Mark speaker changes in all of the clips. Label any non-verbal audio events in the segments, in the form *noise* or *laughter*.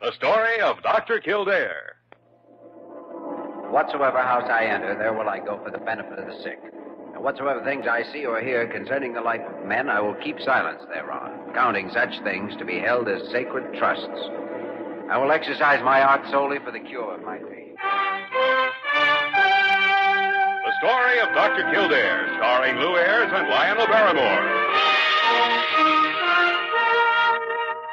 Speaker 1: The story of Dr. Kildare.
Speaker 2: Whatsoever house I enter, there will I go for the benefit of the sick. And whatsoever things I see or hear concerning the life of men, I will keep silence thereon, counting such things to be held as sacred trusts. I will exercise my art solely for the cure of my faith.
Speaker 1: The story of Dr. Kildare, starring Lou Ayres and Lionel Barrymore.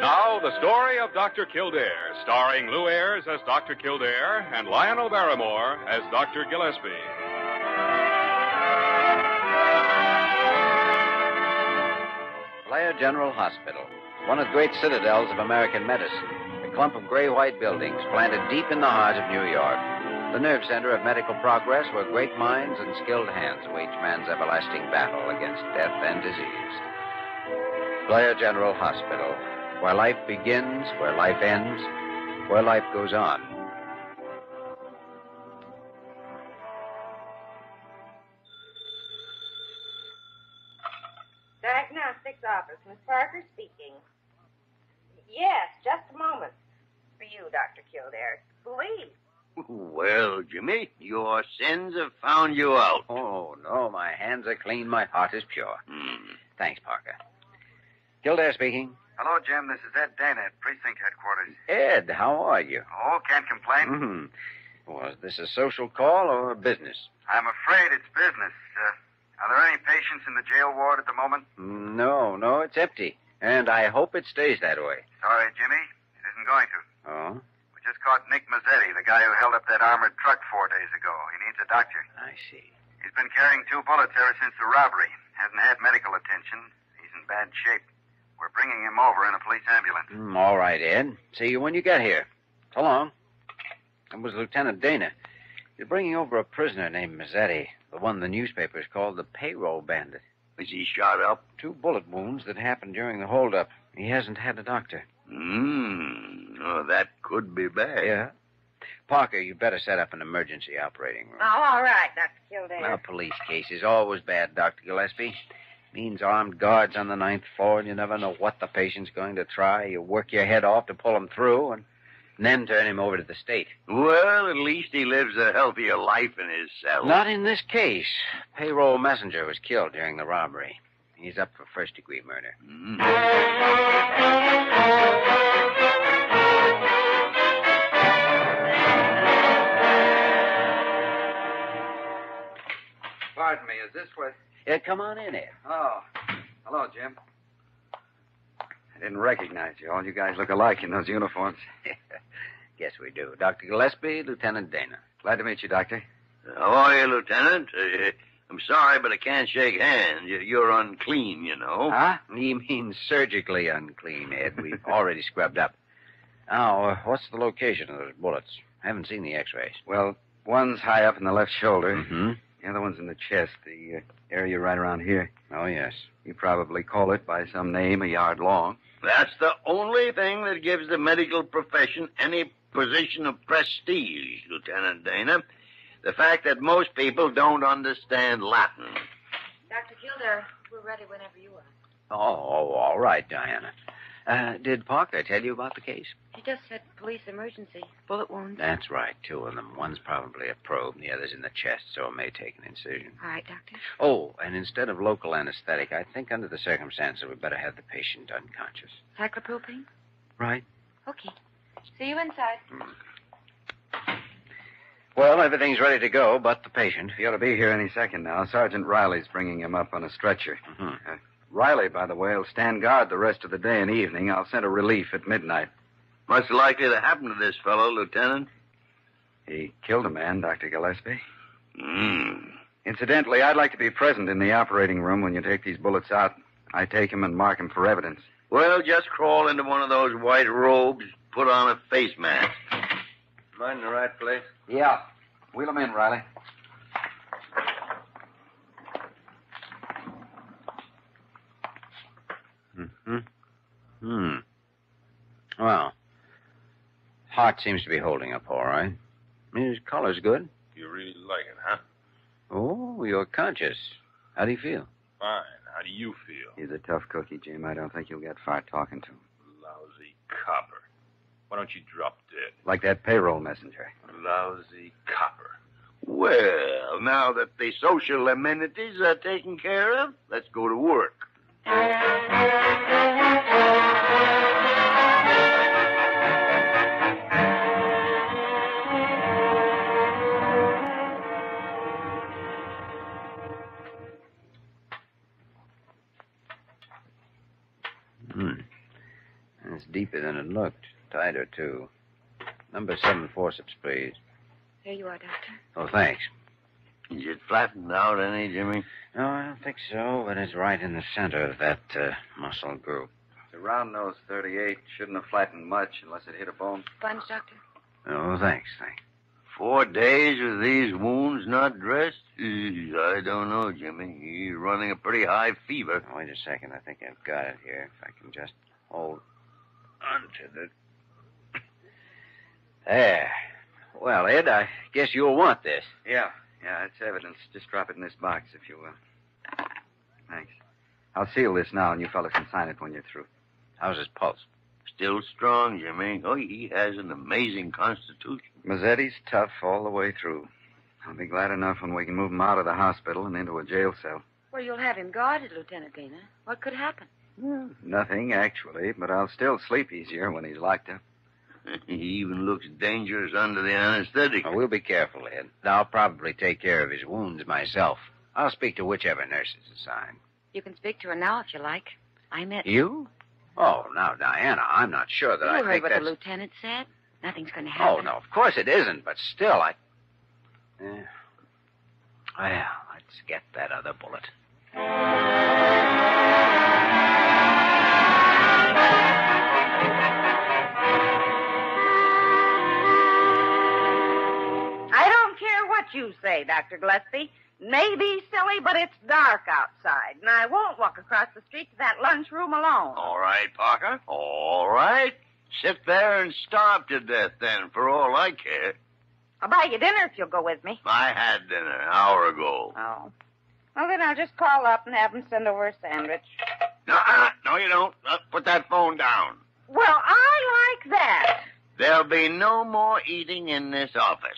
Speaker 1: Now, the story of Dr. Kildare, starring Lou Ayres as Dr. Kildare and Lionel Barrymore as Dr. Gillespie.
Speaker 2: Blair General Hospital, one of the great citadels of American medicine, a clump of gray white buildings planted deep in the heart of New York, the nerve center of medical progress where great minds and skilled hands wage man's everlasting battle against death and disease. Blair General Hospital, where life begins, where life ends, where life goes on.
Speaker 3: Diagnostics office, Miss Parker speaking. Yes, just a moment. For you, Dr. Kildare. Please.
Speaker 4: Well, Jimmy, your sins have found you out.
Speaker 2: Oh, no, my hands are clean, my heart is pure.
Speaker 4: Hmm.
Speaker 2: Thanks, Parker. Kildare speaking.
Speaker 5: Hello, Jim. This is Ed Dana at precinct headquarters.
Speaker 2: Ed, how are you?
Speaker 5: Oh, can't complain.
Speaker 2: Hmm. Was this a social call or a business?
Speaker 5: I'm afraid it's business. Uh, are there any patients in the jail ward at the moment?
Speaker 2: No, no, it's empty. And I hope it stays that way.
Speaker 5: Sorry, Jimmy. It isn't going to.
Speaker 2: Oh,
Speaker 5: We just caught Nick Mazzetti, the guy who held up that armored truck four days ago. He needs a doctor.
Speaker 2: I see.
Speaker 5: He's been carrying two bullets ever since the robbery. Hasn't had medical attention. He's in bad shape. We're bringing him over in a police ambulance.
Speaker 2: Hmm, all right, Ed. See you when you get here. So long. It was Lieutenant Dana. You're bringing over a prisoner named Mazzetti, the one the newspapers called the payroll bandit.
Speaker 4: Was he shot up?
Speaker 2: Two bullet wounds that happened during the holdup. He hasn't had a doctor.
Speaker 4: Hmm. Oh, that could be bad.
Speaker 2: Yeah? Parker, you better set up an emergency operating room.
Speaker 3: Oh, all right, Dr. Kildare.
Speaker 2: Well, police case is always bad, Dr. Gillespie. Means armed guards on the ninth floor, and you never know what the patient's going to try. You work your head off to pull him through, and then turn him over to the state.
Speaker 4: Well, at least he lives a healthier life in his cell.
Speaker 2: Not in this case. Payroll messenger was killed during the robbery. He's up for first degree murder.
Speaker 4: Hmm.
Speaker 5: Pardon me. Is this what?
Speaker 2: Yeah, come on in here. *laughs*
Speaker 5: Oh. Hello, Jim. I didn't recognize you. All you guys look alike in those uniforms.
Speaker 2: Guess we do. Dr. Gillespie, Lieutenant Dana.
Speaker 5: Glad to meet you, Doctor.
Speaker 4: How
Speaker 6: Oh,
Speaker 4: are you, Lieutenant? Uh, I'm sorry, but I can't shake hands. You- You're unclean, you know.
Speaker 2: Huh? He means surgically unclean, Ed.
Speaker 5: *laughs*
Speaker 2: We've already scrubbed up. Now, uh, what's the location of those bullets? I haven't seen the x-rays.
Speaker 5: Well, one's high up in the left shoulder.
Speaker 2: Mm-hmm.
Speaker 5: The other one's in the chest, the uh, area right around here.
Speaker 2: Oh, yes.
Speaker 5: You probably call it by some name a yard long.
Speaker 4: That's the only thing that gives the medical profession any position of prestige, Lieutenant Dana. The fact that most people don't understand Latin.
Speaker 3: Dr. Kildare, we're ready whenever you are.
Speaker 2: Oh, oh, all right, Diana. Uh, did Parker tell you about the case?
Speaker 3: She just said police emergency. Bullet wounds.
Speaker 2: That's right, two of them. One's probably a probe, and the other's in the chest, so it may take an incision.
Speaker 3: All right, Doctor.
Speaker 2: Oh, and instead of local anesthetic, I think under the circumstances, we better have the patient unconscious.
Speaker 3: Cyclopropane?
Speaker 2: Right.
Speaker 3: Okay. See you inside.
Speaker 2: Well, everything's ready to go, but the patient.
Speaker 5: He ought to be here any second now. Sergeant Riley's bringing him up on a stretcher.
Speaker 2: hmm
Speaker 5: Riley, by the way, will stand guard the rest of the day and evening. I'll send a relief at midnight.
Speaker 4: What's likely to happen to this fellow, Lieutenant?
Speaker 5: He killed a man, Dr. Gillespie.
Speaker 4: Hmm.
Speaker 5: Incidentally, I'd like to be present in the operating room when you take these bullets out. I take 'em and mark 'em for evidence.
Speaker 6: Well, just crawl into one of those white robes, put on a face mask.
Speaker 7: Mine in the right place?
Speaker 2: Yeah. Wheel him in, Riley.
Speaker 6: Mm-hmm. Hmm.
Speaker 2: Well, heart seems to be holding up all right. His color's good.
Speaker 7: You really like it, huh?
Speaker 2: Oh, you're conscious. How do you feel?
Speaker 7: Fine. How do you feel?
Speaker 5: He's a tough cookie, Jim. I don't think you'll get far talking to him.
Speaker 7: Lousy copper. Why don't you drop dead?
Speaker 5: Like that payroll messenger.
Speaker 7: Lousy copper.
Speaker 6: Well, now that the social amenities are taken care of, let's go to work.
Speaker 2: Hmm. It's deeper than it looked. Tighter, too. Number seven forceps, please.
Speaker 8: Here you are, Doctor.
Speaker 2: Oh, thanks.
Speaker 6: Is it flattened out any, Jimmy?
Speaker 2: No, Oh, I don't think so, but it's right in the center of that uh, muscle group.
Speaker 5: It's a round nose 38. Shouldn't have flattened much unless it hit a bone.
Speaker 8: Sponge, Doctor?
Speaker 2: Oh, thanks, thanks.
Speaker 6: Four days with these wounds not dressed? Eh, I don't know, Jimmy. He's running a pretty high fever.
Speaker 2: Now, wait a second. I think I've got it here. If I can just hold on to the. *coughs* There. Well, Ed, I guess you'll want this.
Speaker 5: Yeah, yeah, it's evidence. Just drop it in this box, if you will. Thanks. I'll seal this now, and you fellas can sign it when you're through.
Speaker 2: How's his pulse?
Speaker 6: Still strong, Jimmy. Oh, he has an amazing constitution. *laughs*
Speaker 5: Mazzetti's tough all the way through. I'll be glad enough when we can move him out of the hospital and into a jail cell.
Speaker 8: Well, you'll have him guarded, Lieutenant Dana. What could happen?
Speaker 5: Nothing, actually, but I'll still sleep easier when he's locked up.
Speaker 6: he even looks dangerous under the anesthetic.
Speaker 2: Well, we'll be careful, Ed. I'll probably take care of his wounds myself. I'll speak to whichever nurse is assigned.
Speaker 8: You can speak to her now if you like. I'm it.
Speaker 2: You? Oh, now, Diana, I'm not sure that
Speaker 8: You
Speaker 2: I
Speaker 8: heard
Speaker 2: think
Speaker 8: what
Speaker 2: that's...
Speaker 8: the lieutenant said. Nothing's going to happen.
Speaker 2: Oh, no, of course it isn't, but still, I. Yeah. Well, let's get that other bullet.
Speaker 3: I don't care what you say, Dr. Gillespie. Maybe silly, but it's dark outside, and I won't walk across the street to that lunchroom alone.
Speaker 6: All right, Parker. All right. Sit there and starve to death then, for all I care.
Speaker 3: I'll buy you dinner if you'll go with me.
Speaker 6: I had dinner an hour ago.
Speaker 3: Oh. Well, then I'll just call up and have them send over a sandwich.
Speaker 6: No, uh, no, you don't. Uh, put that phone down.
Speaker 3: Well, I like that.
Speaker 6: There'll be no more eating in this office.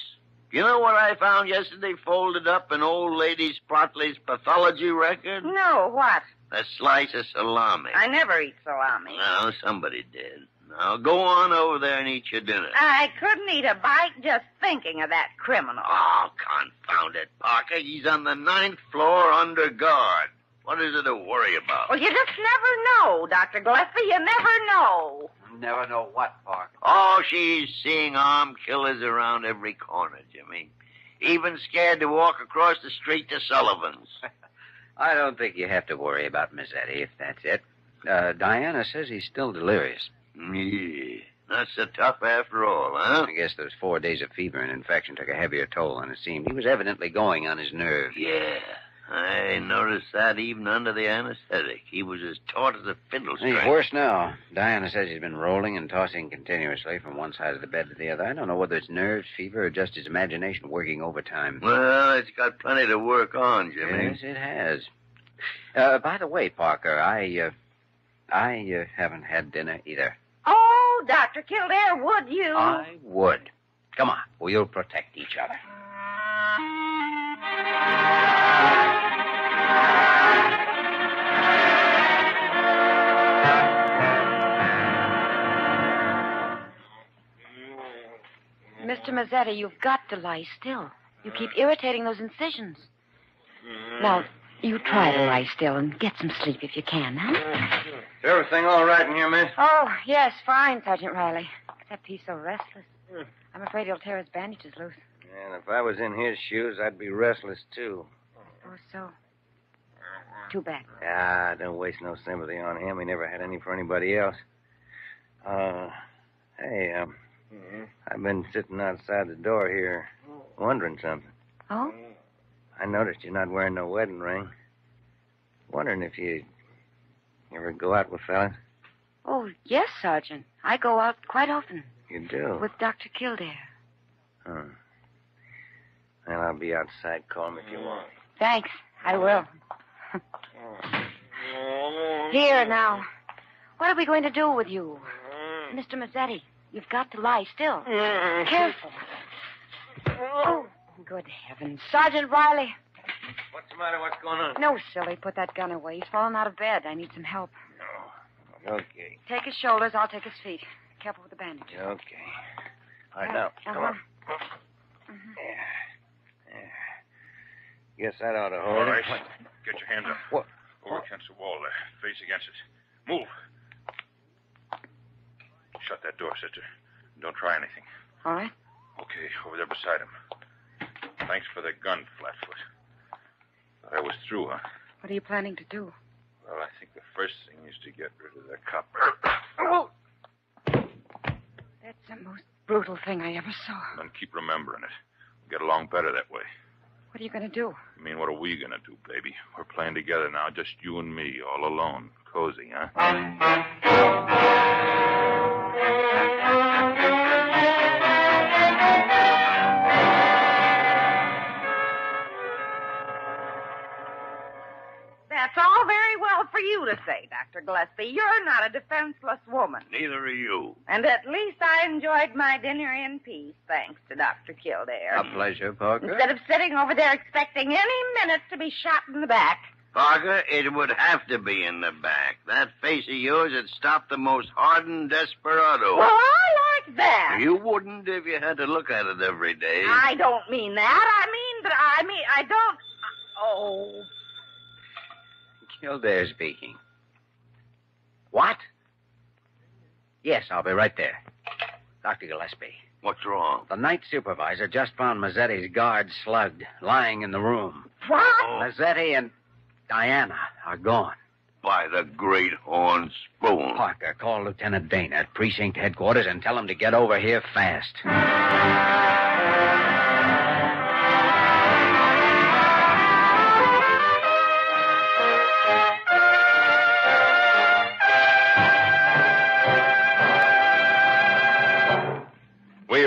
Speaker 6: You know what I found yesterday folded up in old lady Sprotley's pathology record?
Speaker 3: No, what?
Speaker 6: A slice of salami.
Speaker 3: I never eat salami.
Speaker 6: Well, somebody did. Now go on over there and eat your dinner.
Speaker 3: I couldn't eat a bite just thinking of that criminal.
Speaker 6: Oh, confound it, Parker. He's on the ninth floor under guard. What is it to worry about?
Speaker 3: Well, you just never know, Dr. Gillespie. You never know.
Speaker 2: Never know what, Parker.
Speaker 6: Oh, she's seeing armed killers around every corner, Jimmy. Even scared to walk across the street to Sullivan's.
Speaker 2: I don't think you have to worry about Mazzetti if that's it. Uh, Diana says he's still delirious.
Speaker 6: Yeah, not so tough after all, huh?
Speaker 2: I guess those four days of fever and infection took a heavier toll than it seemed. He was evidently going on his nerve.
Speaker 6: Yeah. I noticed that even under the anesthetic. He was as taut as a fiddle
Speaker 2: He's
Speaker 6: string.
Speaker 2: worse now. Diana says he's been rolling and tossing continuously from one side of the bed to the other. I don't know whether it's nerves, fever, or just his imagination working overtime.
Speaker 6: Well, it's got plenty to work on, Jimmy.
Speaker 2: Yes, it has. Uh, by the way, Parker, I uh, I uh, haven't had dinner either.
Speaker 3: Oh, Dr. Kildare, would you?
Speaker 2: I would. Come on, we'll protect each other.
Speaker 8: Mr. Mazzetti, you've got to lie still. You keep irritating those incisions. Now, you try to lie still and get some sleep if you can, huh?
Speaker 7: Is everything all right in here, miss?
Speaker 8: Oh, yes, fine, Sergeant Riley. Except he's so restless.
Speaker 2: Hmm.
Speaker 8: I'm afraid he'll tear his bandages loose.
Speaker 7: And if I was in his shoes, I'd be restless, too.
Speaker 8: Or so. Too bad.
Speaker 2: Ah, don't waste no sympathy on him. He never had any for anybody else. Uh, hey, um, I've been sitting outside the door here wondering something.
Speaker 8: Oh?
Speaker 2: I noticed you're not wearing no wedding ring. Wondering if you ever go out with fellas.
Speaker 8: Oh, yes, Sergeant. I go out quite often
Speaker 2: You do?
Speaker 8: with Dr. Kildare.
Speaker 2: Huh. Well, I'll be outside. Call me if you want.
Speaker 8: Thanks. I will. Here now. What are we going to do with you? Mr. Mazzetti, you've got to lie still. Mm. Careful. Oh, good heavens. Sergeant Riley.
Speaker 4: What's the matter? What's going on?
Speaker 8: No, silly. Put that gun away. He's fallen out of bed. I need some help.
Speaker 2: Okay,
Speaker 8: Take his shoulders. I'll take his feet. Careful with the bandage.
Speaker 2: okay. All right, now, come
Speaker 8: Uh-huh.
Speaker 2: on. Guess that ought to hold
Speaker 6: All
Speaker 2: it.
Speaker 6: right. Get your hands up.
Speaker 2: What?
Speaker 6: Over against the wall there. Face against it. Move. Shut that door, sister. Don't try anything.
Speaker 8: All right.
Speaker 6: Okay, over there beside him. Thanks for the gun, Flatfoot. Thought I was through, huh?
Speaker 8: What are you planning to do?
Speaker 6: Well, I think the first thing is to get rid of the copper.
Speaker 8: That's the most brutal thing I ever saw.
Speaker 6: And keep remembering it. We'll get along better that way.
Speaker 8: What are you going to do?
Speaker 6: I mean, what are we gonna do, baby? We're playing together now, just you and me, all alone. Cozy, huh?
Speaker 3: That's all very well for you to say, Dr. Gillespie. You're not a defenseless woman.
Speaker 4: Neither are you.
Speaker 3: And at least I enjoyed my dinner in peace, thanks to Dr. Kildare.
Speaker 2: A pleasure, Parker.
Speaker 3: Instead of sitting over there expecting any minute to be shot in the back.
Speaker 4: Parker, it would have to be in the back. That face of yours had stopped the most hardened desperado.
Speaker 3: Well, I like that.
Speaker 4: You wouldn't if you had to look at it every day.
Speaker 3: I don't mean that. I mean, but I mean, I don't. Oh,
Speaker 2: Kildare speaking. What? Yes, I'll be right there. Dr. Gillespie,
Speaker 4: What's wrong?
Speaker 2: the night supervisor just found Mazzetti's guard slugged, lying in the room.
Speaker 3: what?
Speaker 4: Oh,
Speaker 2: Mazzetti and Diana are gone.
Speaker 4: by the great horn spoon.
Speaker 2: Parker, call Lieutenant Dana at precinct headquarters and tell him to get over here fast.
Speaker 1: We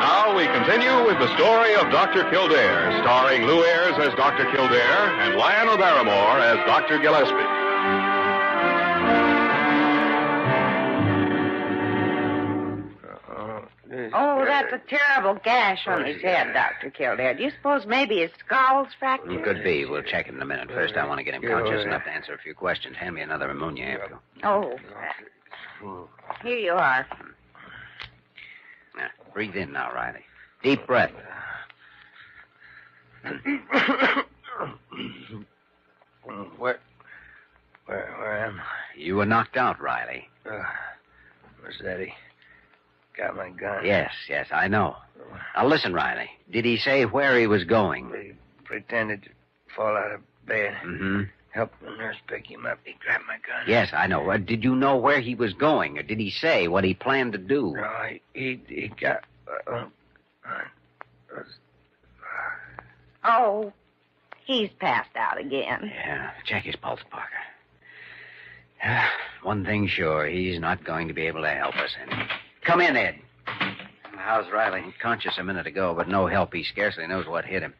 Speaker 1: Now we continue with the story of Dr. Kildare, starring Lou Ayres as Dr. Kildare and Lionel Barrymore as Dr. Gillespie.
Speaker 6: Uh-huh.
Speaker 3: Oh, that's a terrible gash on his head, Dr. Kildare. Do you suppose maybe his skull's fractured?
Speaker 2: Could be. We'll check him in a minute. First, I want to get him conscious enough to answer a few questions. Hand me another ammonia ampoule.
Speaker 3: Oh. Here you are.
Speaker 2: Now, breathe in now, Riley. Deep breath.
Speaker 9: Where, where, where am
Speaker 2: You were knocked out, Riley.
Speaker 9: I? Uh, Mazzetti got my gun.
Speaker 2: Yes, yes, I know. Now listen, Riley. Did he say where he was going?
Speaker 9: He pretended to fall out of bed.
Speaker 2: Mm-hmm.
Speaker 9: Helped the nurse pick him up. He grabbed my gun.
Speaker 2: Yes, I know. Uh, did you know where he was going, or did he say what he planned to do?
Speaker 9: No, he, he, he got. Uh, uh, uh,
Speaker 3: Oh, he's passed out again.
Speaker 2: Yeah, check his pulse, Parker. Yeah, One thing sure, he's not going to be able to help us any. Come in, Ed. How's Riley? Conscious a minute ago, but no help. He scarcely knows what hit him.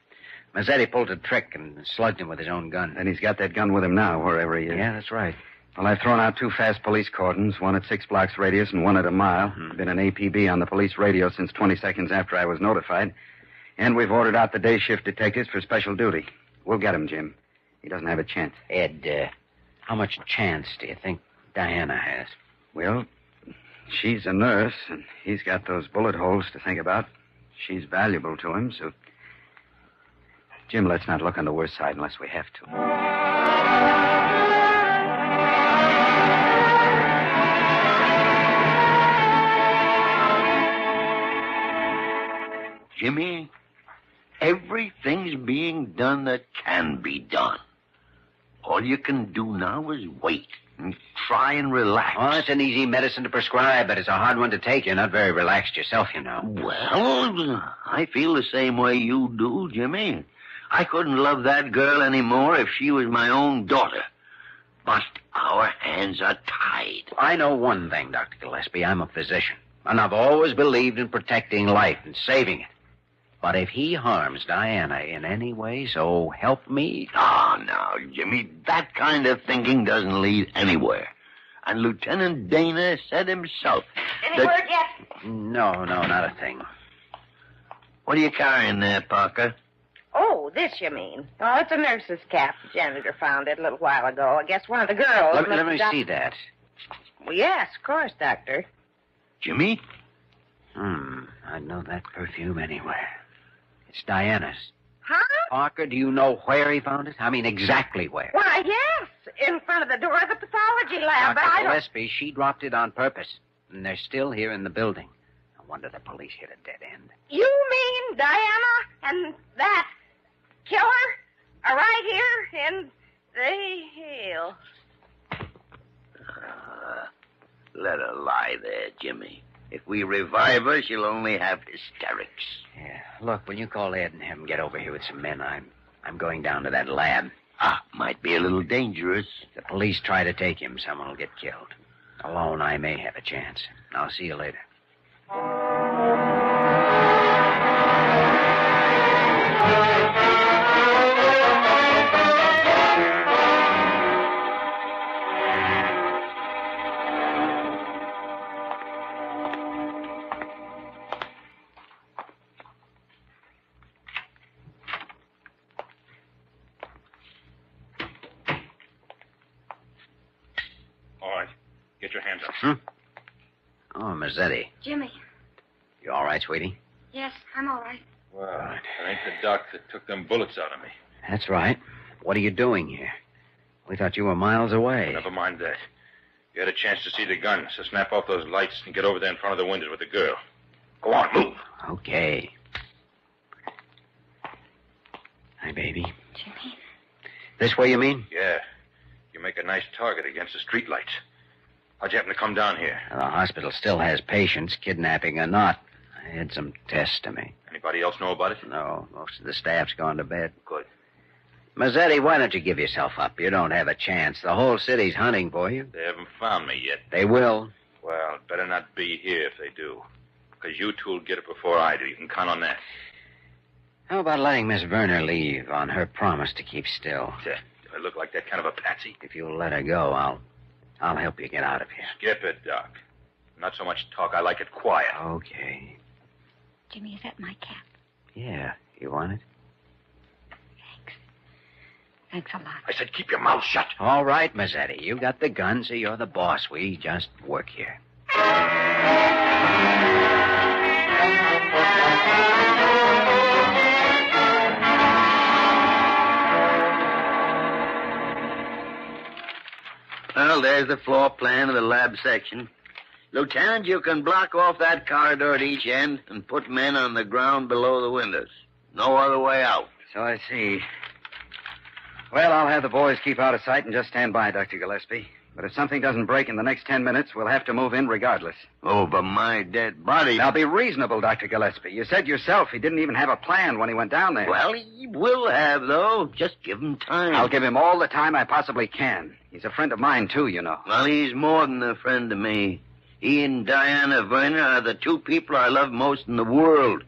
Speaker 2: Mazzetti pulled a trick and slugged him with his own gun.
Speaker 10: And he's got that gun with him now, wherever he is.
Speaker 2: Yeah, that's right.
Speaker 10: Well, I've thrown out two fast police cordons, one at six blocks radius and one at a mile.
Speaker 2: Hmm.
Speaker 10: Been an APB on the police radio since 20 seconds after I was notified. And we've ordered out the day shift detectives for special duty. We'll get 'em, Jim.
Speaker 11: He doesn't have a chance.
Speaker 2: Ed, uh, how much chance do you think Diana has?
Speaker 11: Well, she's a nurse, and he's got those bullet holes to think about. She's valuable to him, so. Jim, let's not look on the worst side unless we have to.
Speaker 4: Jimmy, everything's being done that can be done. All you can do now is wait and try and relax.
Speaker 2: Well, that's an easy medicine to prescribe, but it's a hard one to take. You're not very relaxed yourself, you know.
Speaker 4: Well, I feel the same way you do, Jimmy. I couldn't love that girl any more if she was my own daughter. But our hands are tied.
Speaker 2: I know one thing, Dr. Gillespie. I'm a physician, and I've always believed in protecting life and saving it. But if he harms Diana in any way, so help me.
Speaker 4: Oh, no, Jimmy, that kind of thinking doesn't lead anywhere. And Lieutenant Dana said himself.
Speaker 3: Any
Speaker 4: that-
Speaker 3: word yet?
Speaker 2: No, no, not a thing.
Speaker 4: What are you carrying there, Parker?
Speaker 3: Oh, this you mean? Oh, it's a nurse's cap. The janitor found it a little while ago. I guess one of the girls.
Speaker 2: Let, me- let
Speaker 3: must
Speaker 2: me
Speaker 3: have-
Speaker 2: see that.
Speaker 3: Well, yes, of course, Doctor.
Speaker 4: Jimmy?
Speaker 2: Hmm, I know that perfume anywhere. It's Diana's.
Speaker 3: Huh?
Speaker 2: Parker, do you know where he found it? I mean, exactly where?
Speaker 3: Why, yes, in front of the door of the pathology lab. but
Speaker 2: Dr.
Speaker 3: I don't...
Speaker 2: Gillespie, she dropped it on purpose, and they're still here in the building. No wonder the police hit a dead end.
Speaker 3: You mean Diana and that killer are right here in the hill?
Speaker 4: Uh, let her lie there, Jimmy. If we revive her, she'll only have hysterics.
Speaker 2: Yeah. Look, will you call Ed and have him get over here with some men? I'm I'm going down to that lab.
Speaker 4: Ah, might be a little dangerous.
Speaker 2: If the police try to take him, someone will get killed. Alone, I may have a chance. I'll see you later.
Speaker 6: All right. Get your hands up.
Speaker 2: Oh, Mazzetti.
Speaker 8: Jimmy.
Speaker 2: You all right, sweetie?
Speaker 8: Yes, I'm all right.
Speaker 6: Well, it ain't the doc that took them bullets out of me.
Speaker 2: That's right. What are you doing here? We thought you were miles away.
Speaker 6: Never mind that. You had a chance to see the gun, so snap off those lights and get over there in front of the windows with the girl. Go on, move.
Speaker 2: Okay. Hi, baby.
Speaker 8: Jimmy.
Speaker 2: This way, you mean?
Speaker 6: Yeah. You make a nice target against the streetlights. How'd you happen to come down here?
Speaker 2: Now, the hospital still has patients, kidnapping or not. I had some tests to make.
Speaker 6: Anybody else know about it?
Speaker 2: No, most of the staff's gone to bed.
Speaker 6: Good.
Speaker 2: Mazzetti, why don't you give yourself up? You don't have a chance. The whole city's hunting for you.
Speaker 6: They haven't found me yet.
Speaker 2: They will.
Speaker 6: Well, it better not be here if they do. Because you two'll get it before I do. You can count on that.
Speaker 2: How about letting Miss Werner leave on her promise to keep still?
Speaker 6: I look like that kind of a patsy.
Speaker 2: If you'll let her go, I'll I'll help you get out of here.
Speaker 6: Skip it, Doc. Not so much talk. I like it quiet.
Speaker 2: Okay.
Speaker 8: Jimmy, is that my cap?
Speaker 2: Yeah. You want it?
Speaker 8: Thanks a lot.
Speaker 6: I said keep your mouth shut.
Speaker 2: All right, Mazzetti. You got the gun, so you're the boss. We just work here.
Speaker 4: Well, there's the floor plan of the lab section. Lieutenant, you can block off that corridor at each end and put men on the ground below the windows. No other way out.
Speaker 11: So I see. Well, I'll have the boys keep out of sight and just stand by, Dr. Gillespie. But if something doesn't break in the next ten minutes, we'll have to move in regardless.
Speaker 4: Over Oh, my dead body.
Speaker 11: Now, be reasonable, Dr. Gillespie. You said yourself he didn't even have a plan when he went down there.
Speaker 4: Well, he will have, though. Just give him time.
Speaker 11: I'll give him all the time I possibly can. He's a friend of mine, too, you know.
Speaker 4: Well, he's more than a friend to me. He and Diana Werner are the two people I love most in the world.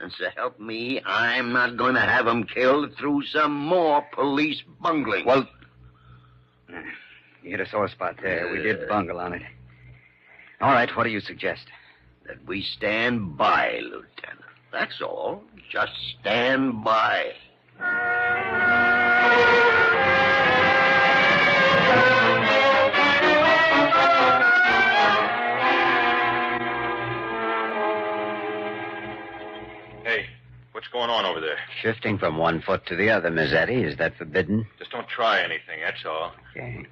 Speaker 4: And so help me, I'm not going to have him killed through some more police bungling.
Speaker 11: Well, You hit a sore spot there. We did bungle on it. All right, what do you suggest?
Speaker 4: that we stand by, Lieutenant. That's all. Just stand by.
Speaker 6: going on over there?
Speaker 2: Shifting from one foot to the other, Mazzetti, is that forbidden?
Speaker 6: Just don't try anything, that's all.
Speaker 2: Okay.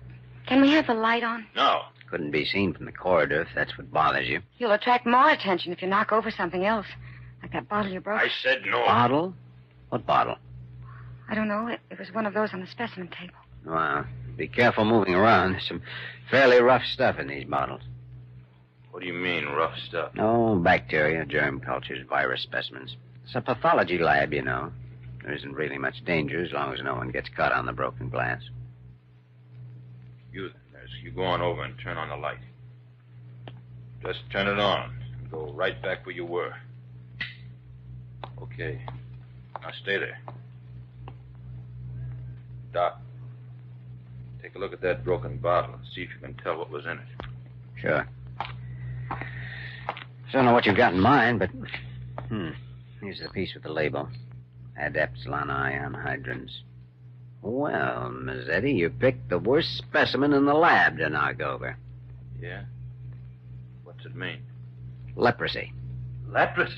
Speaker 8: Can we have the light on?
Speaker 6: No.
Speaker 2: Couldn't be seen from the corridor if that's what bothers you.
Speaker 8: You'll attract more attention if you knock over something else. Like that bottle you broke.
Speaker 6: I said no.
Speaker 2: Bottle? What bottle?
Speaker 8: I don't know. It, it was one of those on the specimen table.
Speaker 2: Well, be careful moving around. There's some fairly rough stuff in these bottles.
Speaker 6: What do you mean, rough stuff?
Speaker 2: No bacteria, germ cultures, virus specimens. It's a pathology lab, you know. There isn't really much danger as long as no one gets caught on the broken glass.
Speaker 6: You, nurse, you go on over and turn on the light. Just turn it on and go right back where you were. Okay. Now stay there. Doc, take a look at that broken bottle and see if you can tell what was in it.
Speaker 2: Sure. Don't know what you've got in mind, but. Hmm. Here's the piece with the label Ad Epsilon I anhydrins. Well, Mazzetti, you picked the worst specimen in the lab to knock over.
Speaker 6: Yeah? What's it mean?
Speaker 2: Leprosy.
Speaker 6: Leprosy.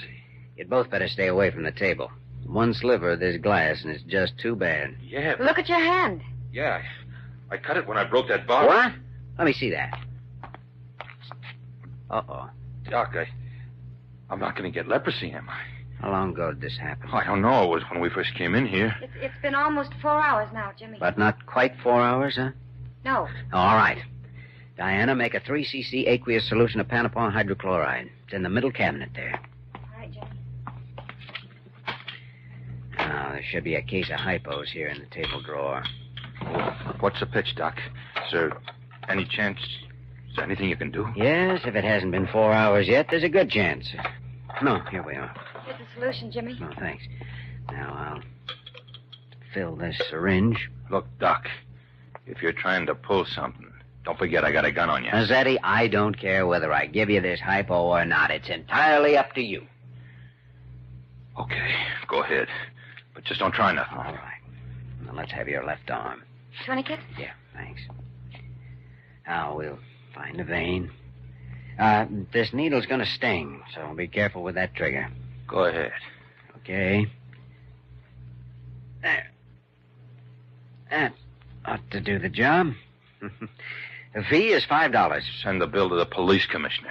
Speaker 2: You'd both better stay away from the table. One sliver of this glass, and it's just too bad.
Speaker 6: Yeah.
Speaker 8: Look at your hand.
Speaker 6: Yeah. I, I cut it when I broke that bottle.
Speaker 2: What? Let me see that. Uh oh.
Speaker 6: Doc, I, I'm not going to get leprosy, am I?
Speaker 2: How long ago did this happen?
Speaker 6: Oh, I don't know. It was when we first came in here.
Speaker 8: It's, it's been almost four hours now, Jimmy.
Speaker 2: But not quite four hours, huh? Oh,
Speaker 8: No.
Speaker 2: All right. Diana, make a 3cc aqueous solution of panopon hydrochloride. It's in the middle cabinet there.
Speaker 8: All right, Jimmy.
Speaker 2: Now, Oh, there should be a case of hypos here in the table drawer.
Speaker 6: What's the pitch, Doc? Sir, any chance? Is there anything you can do?
Speaker 2: Yes, if it hasn't been four hours yet, there's a good chance. No, here we are.
Speaker 8: Here's the solution, Jimmy.
Speaker 2: No, thanks. Now, I'll fill this syringe.
Speaker 6: Look, Doc, if you're trying to pull something, don't forget I got a gun on you.
Speaker 2: Mazzetti, I don't care whether I give you this hypo or not. It's entirely up to you.
Speaker 6: Okay, go ahead. But just don't try nothing.
Speaker 2: All right. Now, let's have your left arm.
Speaker 8: Tourniquet?
Speaker 2: Yeah, thanks. Now we'll find a vein. Uh, this needle's gonna sting, so be careful with that trigger.
Speaker 6: Go ahead.
Speaker 2: Okay. There. That ought to do the job. *laughs* the fee is five dollars.
Speaker 6: Send the bill to the police commissioner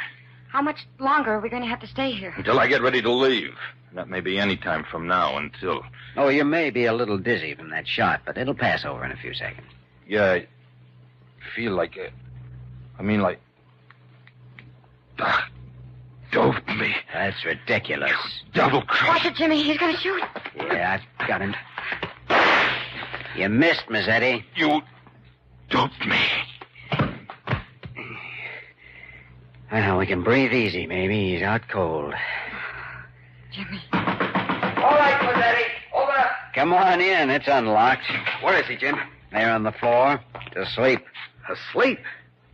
Speaker 8: How much longer are we going to have to stay here?
Speaker 6: until I get ready to leave. And That may be any time from now until.
Speaker 2: Oh, you may be a little dizzy from that shot, but it'll pass over in a few seconds.
Speaker 6: Yeah, I feel like it. I mean, like. Ah, Doc doped me.
Speaker 2: That's ridiculous.
Speaker 6: Double
Speaker 8: Watch
Speaker 6: crossed.
Speaker 8: it, Jimmy. He's going to shoot.
Speaker 2: Yeah, I've got him. You missed, Mazzetti.
Speaker 6: You doped me.
Speaker 2: Well, we can breathe easy, maybe. He's out cold.
Speaker 8: Jimmy.
Speaker 12: All right, Mazzetti. Over.
Speaker 2: Come on in. It's unlocked.
Speaker 12: Where is he, Jim?
Speaker 2: There on the floor. To sleep.
Speaker 12: Asleep.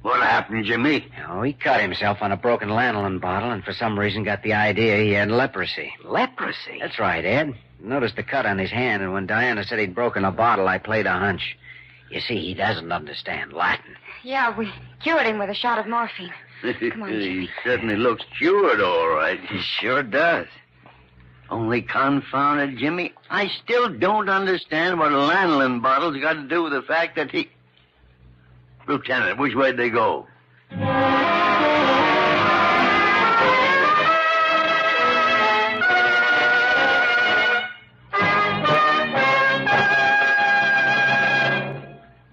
Speaker 12: What happened, Jimmy?
Speaker 2: Oh, he cut himself on a broken lanolin bottle and for some reason got the idea he had leprosy.
Speaker 12: Leprosy.
Speaker 2: That's right, Ed. Noticed the cut on his hand, and when Diana said he'd broken a bottle, I played a hunch. You see, he doesn't understand Latin.
Speaker 8: Yeah, we cured him with a shot of morphine.
Speaker 13: *laughs*
Speaker 8: Come on, Jimmy.
Speaker 13: he certainly looks cured, all right.
Speaker 2: He sure does.
Speaker 13: Only confounded, Jimmy, I still don't understand what lanolin bottles got to do with the fact that he. Lieutenant, which way'd they go?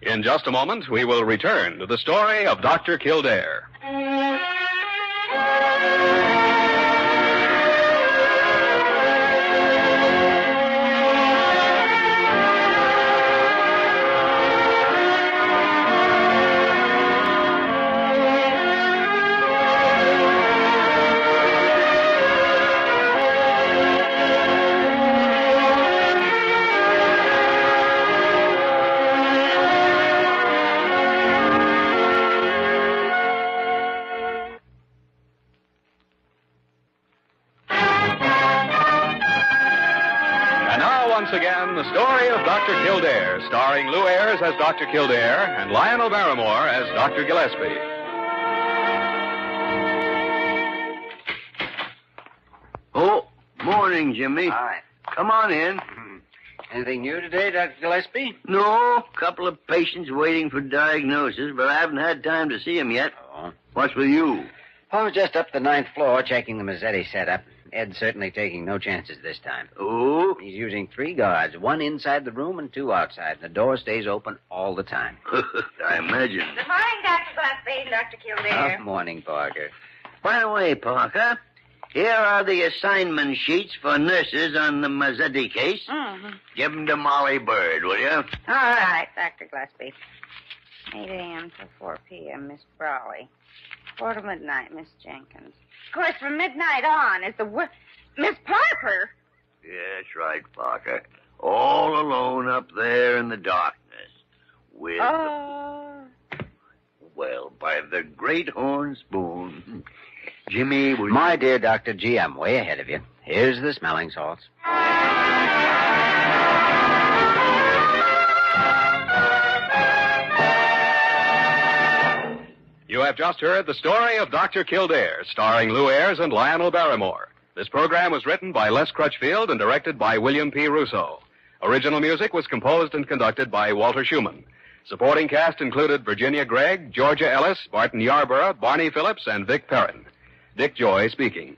Speaker 14: In just a moment, we will return to the story of Dr. Kildare. And now, once again, the story of Dr. Kildare, starring Lou Ayres as Dr. Kildare and Lionel Barrymore as Dr. Gillespie.
Speaker 13: Oh, morning, Jimmy.
Speaker 4: All right. Come on in.
Speaker 2: Hmm. Anything new today, Dr. Gillespie?
Speaker 4: No, couple of patients waiting for diagnosis, but I haven't had time to see them yet. What's with you?
Speaker 2: Oh. I was just up the ninth floor checking the Mazzetti setup. Ed's certainly taking no chances this time.
Speaker 4: Ooh?
Speaker 2: He's using three guards, one inside the room and two outside. The door stays open all
Speaker 13: *laughs*
Speaker 2: the time.
Speaker 4: I imagine.
Speaker 3: Good morning, Dr. Gillespie, Dr. Kildare.
Speaker 2: Good morning, Parker.
Speaker 4: By the way, Parker, here are the assignment sheets for nurses on the Mazzetti case.
Speaker 2: Uh-huh.
Speaker 3: Mhm.
Speaker 4: Give 'em to Molly Bird, will you?
Speaker 3: All right, Dr. Gillespie. 8 a.m. to 4 p.m., Miss Brawley. 4 to midnight, Miss Jenkins. Of course, from midnight on is the... Wor- Miss Parker?
Speaker 4: Yes, right, Parker. All alone up there in the darkness. With,
Speaker 3: Oh.
Speaker 4: well, by the great horn spoon. Jimmy, will
Speaker 2: My dear Dr. G, I'm way ahead of you. Here's the smelling salts.
Speaker 6: You have just heard the story of Dr. Kildare, starring Lou Ayres and Lionel Barrymore. This program was written by Les Crutchfield and directed by William P. Russo. Original music was composed and conducted by Walter Schumann. Supporting cast included Virginia Gregg, Georgia Ellis, Martin Yarborough, Barney Phillips, and Vic Perrin. Dick Joy speaking.